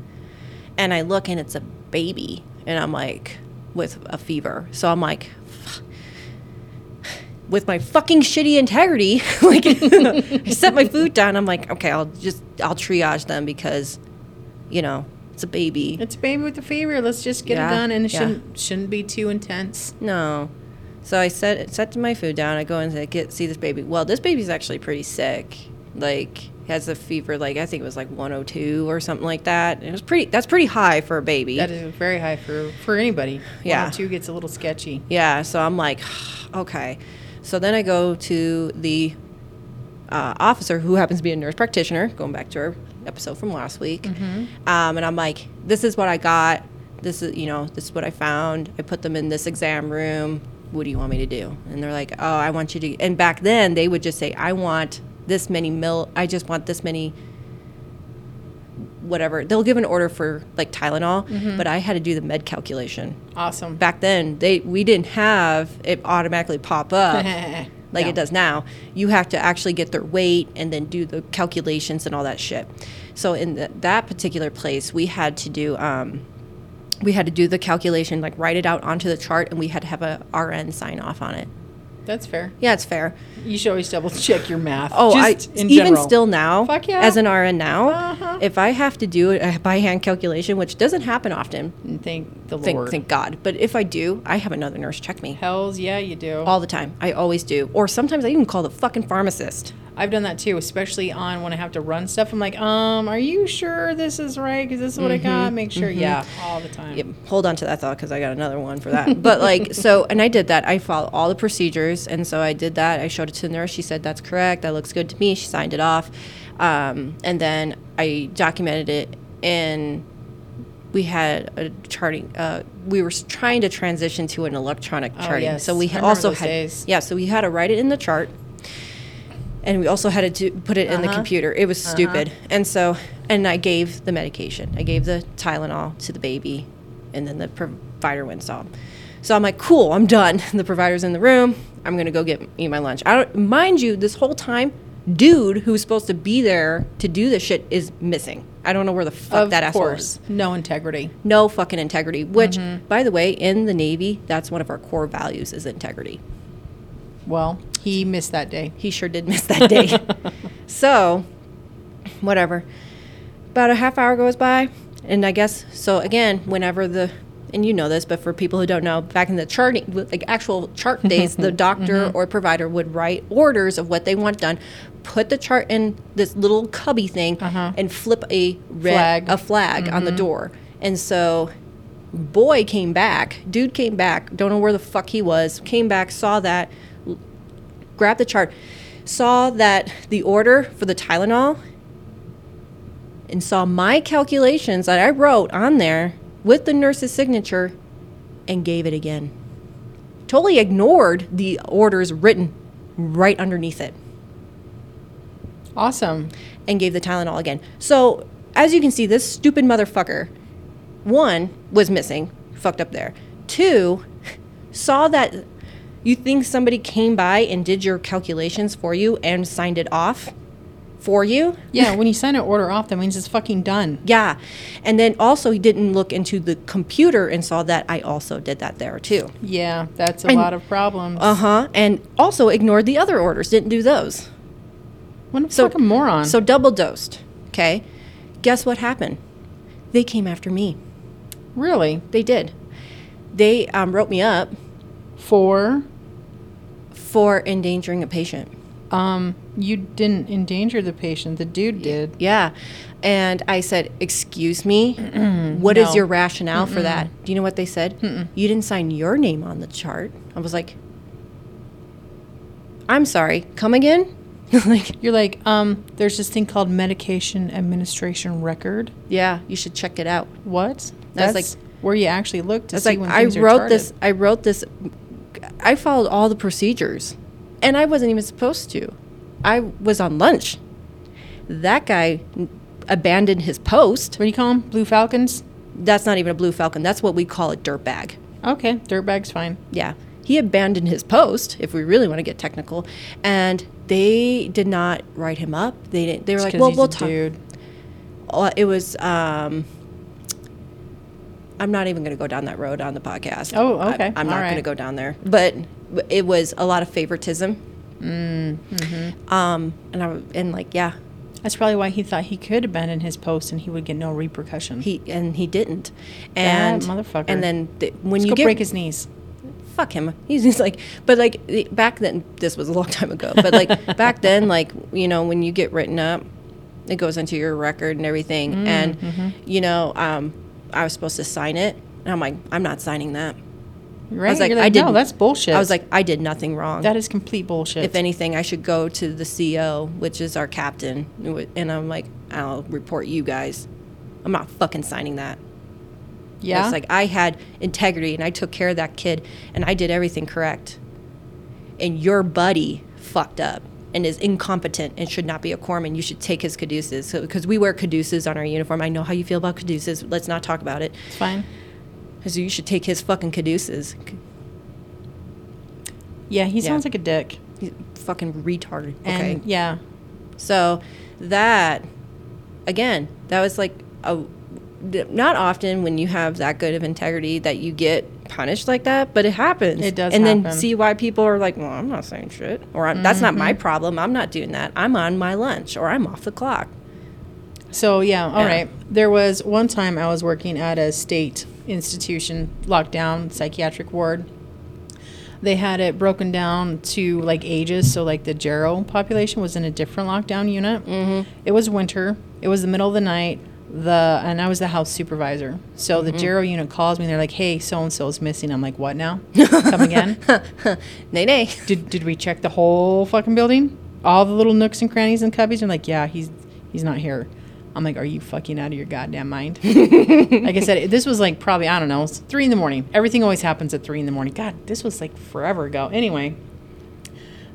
and I look and it's a baby, and I'm like, with a fever. So I'm like, [sighs] with my fucking shitty integrity, [laughs] like I set my food down. I'm like, okay, I'll just I'll triage them because, you know, it's a baby. It's a baby with a fever. Let's just get Yeah, it done, and it yeah. shouldn't shouldn't be too intense. No, so I set set my food down. I go in to get see this baby. Well, this baby's actually pretty sick. Like has a fever. Like I think it was like 102 or something like that. It was pretty. That's pretty high for a baby. That is very high for for anybody. Yeah. One or two gets a little sketchy. Yeah, so I'm like, [sighs] okay. So then I go to the uh, officer who happens to be a nurse practitioner, going back to our episode from last week. Um, and I'm like, this is what I got. This is, you know, this is what I found. I put them in this exam room. What do you want me to do? And they're like, oh, I want you to. And back then they would just say, I want this many mil, I just want this many whatever. They'll give an order for like Tylenol, but I had to do the med calculation. Awesome. Back then, they we didn't have it automatically [laughs] pop up like Yeah. it does now. You have to actually get their weight and then do the calculations and all that shit. So in th that particular place, we had to do um, we had to do the calculation, like write it out onto the chart, and we had to have a RN sign off on it. That's fair. Yeah, it's fair. You should always double [laughs] check your math. Oh, I Just in even general. still now Fuck yeah. as an RN now, Uh-huh. if I have to do it by hand calculation, which doesn't happen often, And thank the thank Lord. thank God. But if I do, I have another nurse check me Hells yeah, you do. all the time. I always do, or sometimes I even call the fucking pharmacist. I've done that too, especially on when I have to run stuff. I'm like, um, are you sure this is right? Because this is what I got. Make sure. Yeah, all the time. Mm-hmm. Yep, hold on to that thought because I got another one for [laughs] that. But like, so, and I did that. I followed all the procedures, and so I did that. I showed it to the nurse. She said that's correct. That looks good to me. She signed it off, um, and then I documented it. And we had a charting. Uh, we were s- trying to transition to an electronic charting. Oh, yes. So we I ha- remember also those had days. yeah. So we had to write it in the chart and we also had to do, put it in Uh-huh. the computer. It was stupid. And so, and I gave the medication. I gave the Tylenol to the baby, and then the provider went and saw him. So I'm like, cool, I'm done. [laughs] The provider's in the room. I'm gonna go get eat my lunch. I don't mind you. This whole time, dude who's supposed to be there to do this shit is missing. I don't know where the fuck Of that asshole is course, Mm-hmm. no integrity. no fucking integrity which by the way in the navy that's one of our core values is integrity Well, he missed that day. he sure did miss that day so whatever about a half hour goes by and i guess so again whenever the and you know this but for people who don't know back in the charting like actual chart days the doctor or provider would write orders of what they want done put the chart in this little cubby thing and flip a red Flag. a flag on the door and so boy came back dude came back don't know where the fuck he was came back saw that grabbed the chart, saw that the order for the Tylenol, and saw my calculations that I wrote on there with the nurse's signature and gave it again. Totally ignored the orders written right underneath it Awesome. and gave the Tylenol again. So, as you can see, this stupid motherfucker, one, was missing, fucked up there. Two, [laughs] saw that you think somebody came by and did your calculations for you and signed it off for you. Yeah, when you sign an order off, that means it's fucking done. Yeah. And then also, he didn't look into the computer and saw that I also did that there too. Yeah, that's a And- lot of problems. Uh huh. And also ignored the other orders, didn't do those. what a so- fucking moron. So double dosed. Okay. Guess what happened? They came after me. really, They did. They um, wrote me up for for endangering a patient. um, you didn't endanger the patient. The dude did. Yeah. And I said, Excuse me, What is No. your rationale for that? Do you know what they said? You didn't sign your name on the chart. I was like, I'm sorry, come again? [laughs] like, You're like, um, there's this thing called medication administration record. yeah, you should check it out. What? That's That's, like- like where you actually look to It's see like when I things are wrote this. charted. I wrote this. I followed all the procedures, and I wasn't even supposed to. I was on lunch. That guy n- abandoned his post. What do you call them? Blue Falcons. That's not even a blue falcon. That's what we call a dirtbag. Okay, dirtbag's fine. Yeah, he abandoned his post. If we really want to get technical, and they did not write him up. They didn't. They were like, Because "Well, he's we'll a talk." dude. Uh, It was. Um, I'm not even going to go down that road on the podcast. Oh, I- okay. I'm not All going to right. go down there. But it was a lot of favoritism. Mm-hmm. Um, and I w- and like yeah, That's probably why he thought he could abandon his post and he would get no repercussion. he and he didn't. That And motherfucker. And then th- when Let's you go get break his knees. fuck him. He's just like, but like the- back then, this was a long time ago. [laughs] But like back then, like you know, when you get written up, it goes into your record and everything. Mm, and mm-hmm. you know, um, I was supposed to sign it, and I'm like, I'm not signing that. Right? I was like, You're I did. no, that's bullshit. I was like, I did nothing wrong. that is complete bullshit. if anything, I should go to the CO, which is our captain, and I'm like, I'll report you guys. I'm not fucking signing that. yeah. It's like I had integrity and I took care of that kid and I did everything correct. And your buddy fucked up. and is incompetent and should not be a corpsman, you should take his caduceus. So, because we wear caduceus on our uniform. I know how you feel about caduceus. Let's not talk about it. It's fine. So you should take his fucking caduceus. Yeah, he sounds Yeah. like a dick. He's fucking retarded. Okay. And yeah, So that, again, that was like a not often when you have that good of integrity that you get punished like that, but it happens. It does And then happen. see why people are like, "Well, I'm not saying shit," or "I'm- "That's not Mm-hmm. my problem. I'm not doing that. I'm on my lunch, or I'm off the clock." So yeah, all right. Yeah. There was one time I was working at a state institution, lockdown psychiatric ward. They had it broken down to like ages, so like the Gero population was in a different lockdown unit. Mm-hmm. It was winter. It was the middle of the night. The and I was the house supervisor. So the Gero unit calls me. and They're like, "Hey, so and so is missing." I'm like, "What now? Come again?" Nay, nay. [laughs] did did we check the whole fucking building? All the little nooks and crannies and cubbies? And like, yeah, he's he's not here. I'm like, are you fucking out of your goddamn mind? like I said, this was like probably I don't know, it's three in the morning. Everything always happens at three in the morning. God, this was like forever ago. Anyway,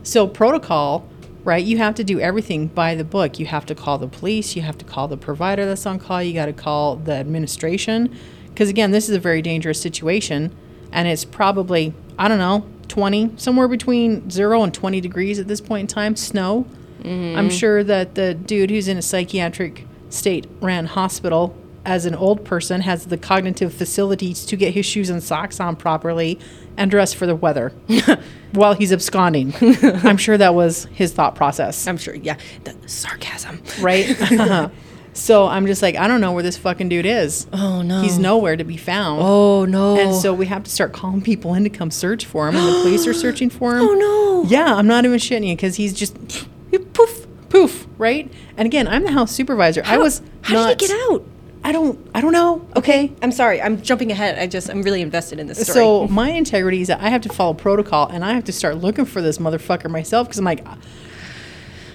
so protocol, right? You have to do everything by the book. You have to call the police. You have to call the provider that's on call. You got to call the administration, because again, this is a very dangerous situation, and it's probably I don't know twenty somewhere between zero and twenty degrees at this point in time. Snow. I'm sure that the dude who's in a psychiatric state ran hospital as an old person has the cognitive facilities to get his shoes and socks on properly and dress for the [laughs] weather while he's absconding. I'm sure that was his thought process, I'm sure. Yeah, the sarcasm. [laughs] right? [laughs] so I'm just like, I don't know where this fucking dude is. Oh no. He's nowhere to be found. Oh no. And so we have to start calling people in to come search for him, and the police are searching for him. [gasps] Oh, no. Yeah, I'm not even shitting you because he's just poof, poof, right? And again, I'm the house supervisor. I was How not, did he get out? I don't. I don't know. Okay. I'm sorry. I'm jumping ahead. I just I'm really invested in this story. So my integrity is that I have to follow protocol, and I have to start looking for this motherfucker myself because I'm like,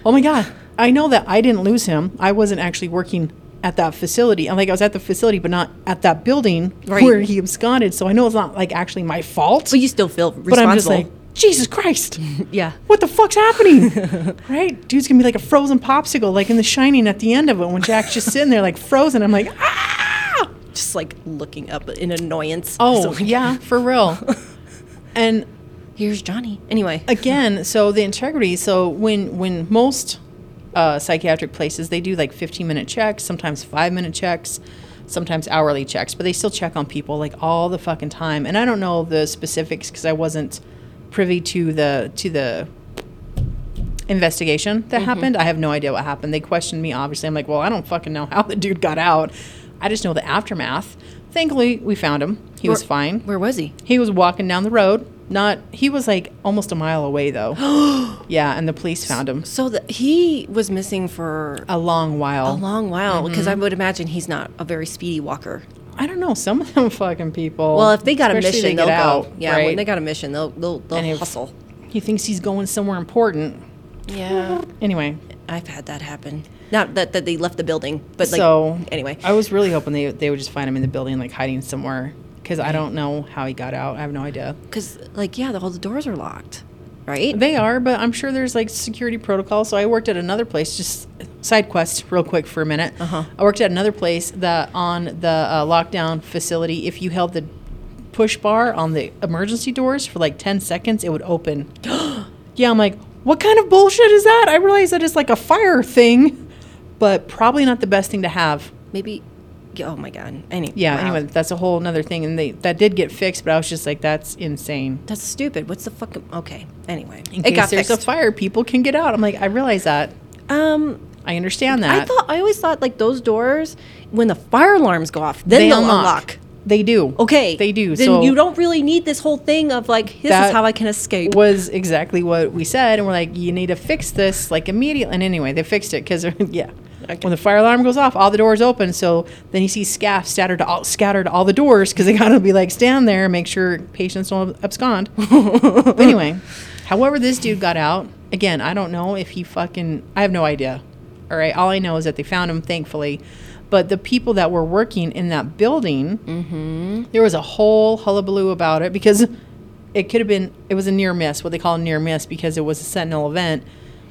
oh my god, I know that I didn't lose him. I wasn't actually working at that facility. I'm like, I was at the facility, but not at that building Right. where he absconded. So I know it's not like actually my fault. but you still feel responsible. but I'm just like, Jesus Christ, yeah. what the fuck's [laughs] happening? right? Dude's gonna be like a frozen popsicle, like in The Shining at the end of it when Jack's just sitting there like frozen. I'm like, ah! just like looking up in annoyance. So, Oh, like, [laughs] yeah, for real. and [laughs] Here's Johnny. Anyway. again, so the integrity, so when, when most uh, psychiatric places, they do like 15 minute checks, sometimes five minute checks, sometimes hourly checks, but they still check on people like all the fucking time. And I don't know the specifics because I wasn't privy to the, to the, investigation that happened. I have no idea what happened. They questioned me, obviously. I'm like, well, I don't fucking know how the dude got out. I just know the aftermath. Thankfully, we found him. He was Where- fine. Where was he? He was walking down the road. Not he was like almost a mile away [gasps] though. yeah, and the police found him So the, he was missing for a long while. a long while because I would imagine he's not a very speedy walker. I don't know some of them [laughs] fucking people. Well, if they got a especially mission, they they'll get go. Yeah, when they got a mission, they'll they'll, And they'll if- hustle. he thinks he's going somewhere important. Yeah, Anyway, I've had that happen. Not that, that they left the building, but like so anyway. I was really hoping they they would just find him in the building, like hiding somewhere. Because I don't know how he got out. I have no idea. Because like yeah, the, all the doors are locked, right? They are, but I'm sure there's like security protocol. So I worked at another place, just side quest real quick for a minute. Uh-huh. I worked at another place that on the uh, lockdown facility, if you held the push bar on the emergency doors for like 10 seconds, it would open. [gasps] yeah, I'm like, what kind of bullshit is that? I realize that it's like a fire thing, but probably not the best thing to have. Maybe. yeah, Oh my god. Any, Yeah, wow. anyway, that's a whole nother thing. And they that did get fixed, but I was just like, that's insane. That's stupid. What's the fucking okay? Anyway, In case there's a fire, people can get out. I'm like, I realize that. um, I understand that. I thought I always thought like those doors when the fire alarms go off, then they they will unlock. unlock. They do. Okay, They do. Then so you don't really need this whole thing of like this is That how I can escape. was exactly what we said, and we're like, you need to fix this like immediately. And anyway, they fixed it because [laughs] yeah, when the fire alarm goes off, all the doors open. So then you see scaff scattered to all, scattered to all the doors because they gotta be like stand there, and make sure patients don't abscond. But anyway, however, this dude got out again. I don't know if he fucking. I have no idea. All right, all I know is that they found him, thankfully. But the people that were working in that building. There was a whole hullabaloo about it because it could have been it was a near miss, what they call a near miss, because it was a sentinel event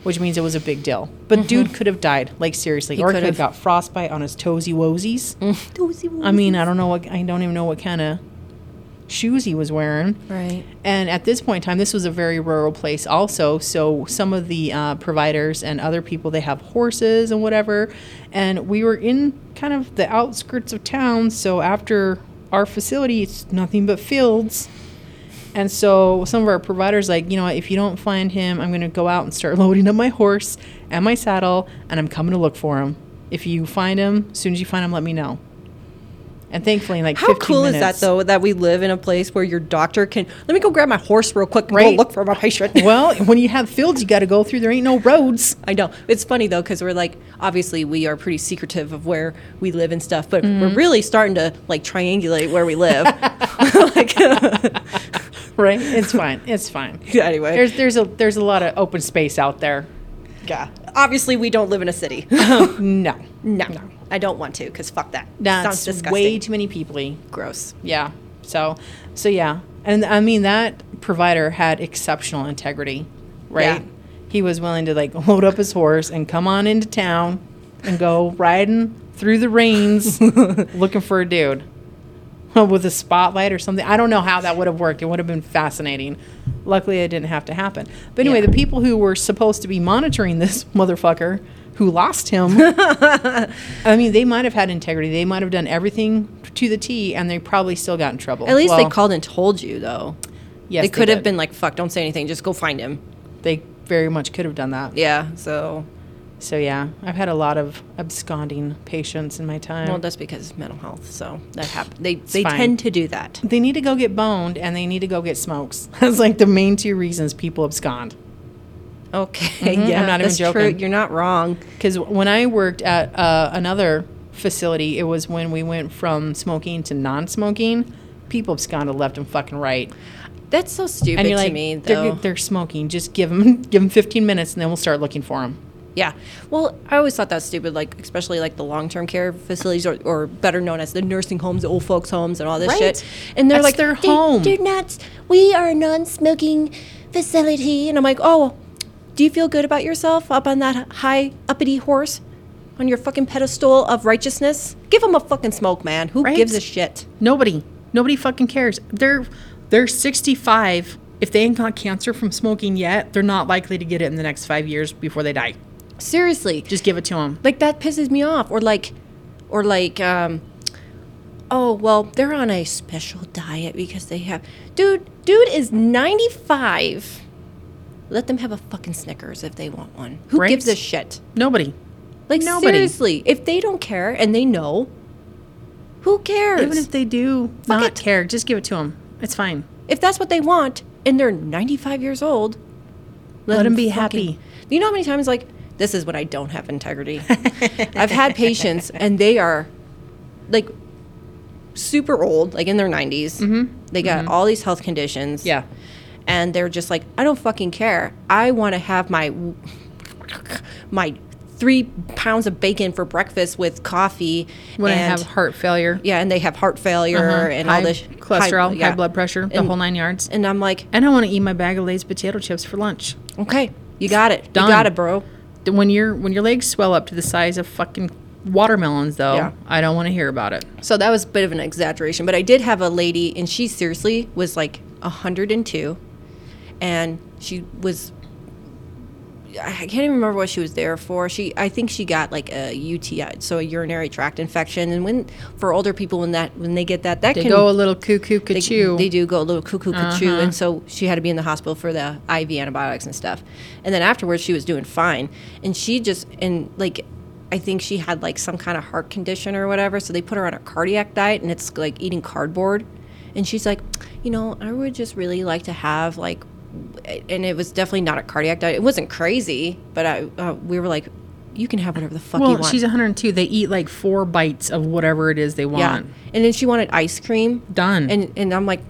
which means it was a big deal. But dude could have died, like seriously, or Mm-hmm. could could've. have got frostbite on his toesy [laughs] woesies. I mean, I don't know what I don't even know what kind of shoes he was wearing. Right. And at this point in time, this was a very rural place, also. So some of the uh, providers and other people they have horses and whatever. And we were in kind of the outskirts of town. So after our facility, it's nothing but fields. And so some of our providers like, you know, what, if you don't find him, I'm going to go out and start [laughs] loading up my horse and my saddle, and I'm coming to look for him. If you find him, as soon as you find him, let me know. And thankfully, in like How 15 cool is that minutes- though? That we live in a place where your doctor can let me go grab my horse real quick and Right. go look for my patient. Well, when you have fields, you got to go through. There ain't no roads. [laughs] I know it's funny though because we're like obviously we are pretty secretive of where we live and stuff, but we're really starting to like triangulate where we [laughs] live. like, [laughs] [laughs] Right? It's fine. It's [laughs] fine. anyway, There's there's a there's a lot of open space out there. yeah. Obviously, we don't live in a city. [laughs] No, No, I don't want to because fuck that. Sounds that's disgusting. way too many people. gross. Yeah. So so yeah, and I mean that provider had exceptional integrity, right? Yeah. He was willing to like load up his horse and come on into town and go riding through the [laughs] rains looking for a dude [laughs] with a spotlight or something. I don't know how that would have worked. It would have been fascinating. Luckily, it didn't have to happen. But anyway, Yeah. the people who were supposed to be monitoring this [laughs] motherfucker who lost [laughs] him, I mean, they might have had integrity. They might have done everything to the T, and they probably still got in trouble. At least Well, they called and told you though. Yes, they could have did. been like, "Fuck, don't say anything. Just go find him." They very much could have done that. Yeah. So, So yeah, I've had a lot of absconding patients in my time. well, that's because mental health. So that happens. They they fine. tend to do that. they need to go get boned and they need to go get smokes. [laughs] That's like the main two reasons people abscond. Okay. I'm Yeah. not even that's joking. True. You're not wrong. Because when I worked at uh, another facility, it was when we went from smoking to non-smoking. People absconded left and fucking right, That's so stupid and you're to like, me though. they're, they're smoking. Just give them [laughs] give them 15 minutes, and then we'll start looking for them. Yeah. Well, I always thought that's stupid, like, especially like the long term care facilities or, or better known as the nursing homes, the old folks' homes, and all this Right. shit. And they're That's like, their "They- home." They're not, we are a non smoking facility. And I'm like, oh, do you feel good about yourself up on that high uppity horse on your fucking pedestal of righteousness? Give them a fucking smoke, man. Who Right. gives a shit? Nobody, nobody fucking cares. They're they're 65. If they ain't got cancer from smoking yet, they're not likely to get it in the next five years before they die. Seriously. Just give it to them. like that pisses me off or like or like um oh well they're on a special diet because they have dude dude is 95 let them have a fucking snickers if they want one who Right. gives a shit Nobody. like Nobody. seriously if they don't care and they know who cares Even if they do Fuck not it. care, just give it to them. It's fine. if that's what they want and they're 95 years old Let 'em be fucking- happy. you know how many times like this is when i don't have integrity [laughs] i've had patients and they are like super old like in their 90s they got all these health conditions Mm-hmm. Yeah. and they're just like i don't fucking care i want to have my my three pounds of bacon for breakfast with coffee When I and have heart failure, yeah and they have heart failure Uh-huh. er, and high all this cholesterol, high, yeah. blood pressure, the And- whole nine yards. and i'm like And I want to eat my bag of Lay's potato chips for lunch. Okay, you got it. Done. You got it, bro. Th- When your when your legs swell up to the size of fucking watermelons, though, Yeah. I don't want to hear about it. So that was a bit of an exaggeration, but I did have a lady, and she seriously was like 102, and she was. I can't even remember what she was there for. She, I think she got like a UTI, so a urinary tract infection. And when for older people, when that when they get that, that They can go a little cuckoo, they, cuckoo. they do go a little cuckoo cuckoo, Uh-huh. and so she had to be in the hospital for the IV antibiotics and stuff. And then afterwards, she was doing fine, and she just and like, I think she had like some kind of heart condition or whatever. So they put her on a cardiac diet, and it's like eating cardboard. And she's like, you know, I would just really like to have like, and it was definitely not a cardiac diet. It wasn't crazy, but I uh, we were like, you can have whatever the fuck you Well, want. she's 102. They eat like four bites of whatever it is they yeah. want. And then she wanted ice cream. Done. and and I'm like,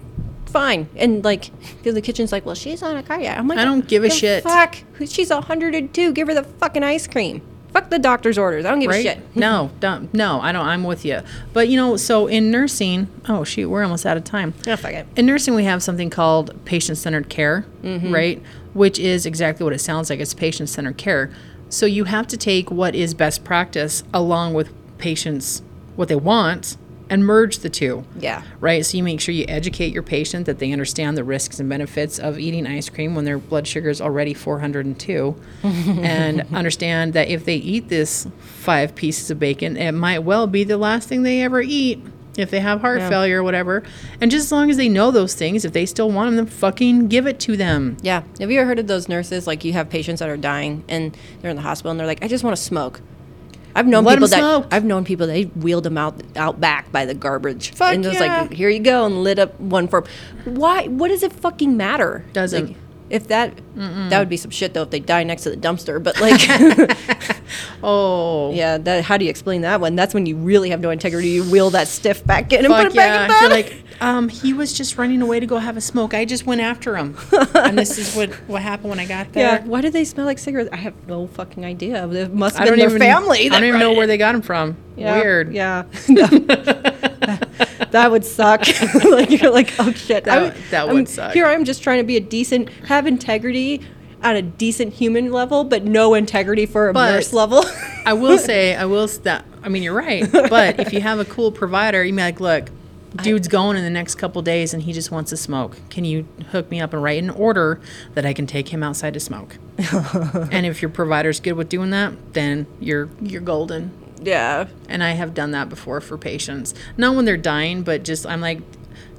fine. And like, the other kitchen's like, well, she's on a cardiac. I'm like, I don't give a "The shit." Fuck, Who- she's 102. Give her the fucking ice cream. Fuck the doctor's orders. I don't give right? a shit. [laughs] no, don't, no, I don't. I'm with you. But you know, so in nursing, oh shoot, we're almost out of time. Oh, fuck it. In nursing, we have something called patient centered care, Mm-hmm. right? Which is exactly what it sounds like. It's patient centered care. So you have to take what is best practice along with patients, what they want, and merge the two. Yeah. Right? So you make sure you educate your patient that they understand the risks and benefits of eating ice cream when their blood sugar is already [laughs] 402 and understand that if they eat this five pieces of bacon, it might well be the last thing they ever eat if they have heart failure or whatever. And just as long as they know those things, if they still want them, then fucking give it to them. Yeah. Have you ever heard of those nurses? Like you have patients that are dying and they're in the hospital and they're like, I just want to smoke. I've known Let 'em people that smoke. I've known people they wheeled them out out back by the garbage Fuck and just yeah. like here you go and lit up one for why what does it fucking matter Doesn't. Like, if that that would be some shit though if they die next to the dumpster [laughs] but like [laughs] Oh. yeah that how do you explain that one that's when you really have no integrity you wheel that stiff back in and put Fuck it back yeah. in the You're like, um, he was just running away to go have a smoke. I just went after [laughs] him. and this is what, what happened when I got there. [laughs] yeah why do they smell like cigarettes I have no fucking idea it must I have don't been their even family I that don't even brought know it where they got them from. Yeah, Weird. [laughs] Yeah. [laughs] that would suck. [laughs] like you're like, oh shit. That I'm- would- that I'm- would suck. Here I am just trying to be a decent, have integrity on a decent human level, but no integrity for a But- nurse level. [laughs] I will say, I will that. I mean, you're right. But if you have a cool provider, you may be like, look, dude's going in the next couple days, and he just wants to smoke. Can you hook me up and write an order that I can take him outside to [laughs] smoke? and if your provider's good with doing that, then you're you're golden. yeah. And I have done that before for patients. Not when they're dying, but just I'm like,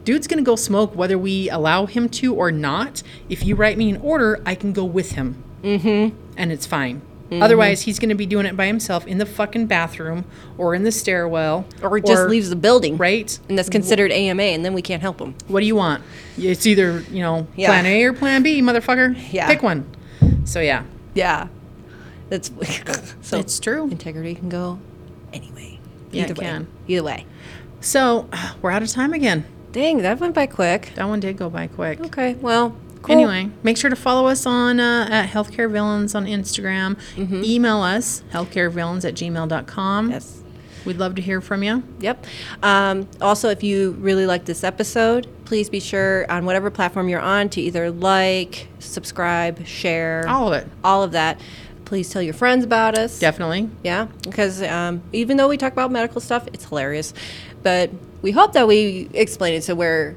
dude's gonna go smoke whether we allow him to or not. If you write me an order, I can go with him. Mm-hmm. And it's fine. Mm-hmm. Otherwise, he's gonna be doing it by himself in the fucking bathroom or in the stairwell. Or it just leaves the building. Right? And that's considered AMA, and then we can't help them. What do you want? It's either, you know, Yeah. plan A or plan B, motherfucker. Yeah. Pick one. So, yeah. Yeah. That's [laughs] so It's true. integrity can go anyway. Yeah, it Either way. can. Either way. So, [sighs] we're out of time again. Dang, that went by quick. That one did go by quick. Okay. Well, cool. Anyway, make sure to follow us on uh, at Healthcare Villains on Instagram. Email us, healthcarevillains at gmail.com. Yes. We'd love to hear from you. Yep. Um, also, if you really like this episode, please be sure on whatever platform you're on to either like, subscribe, share, All of it. all of that. Please tell your friends about us. Definitely. Yeah, because um, even though we talk about medical stuff, it's hilarious. But we hope that we explain it so where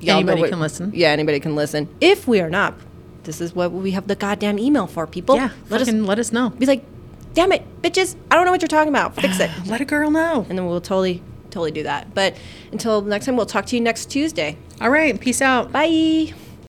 y'all know Anybody what- can listen. Yeah, anybody can listen. If we are not, this is what we have the goddamn email for, people. yeah. let us fucking let us know. be like, damn it, bitches, I don't know what you're talking about. Fix [sighs] it Let a girl know. and then we'll totally totally do that but until next time we'll talk to you next tuesday All right. Peace out. bye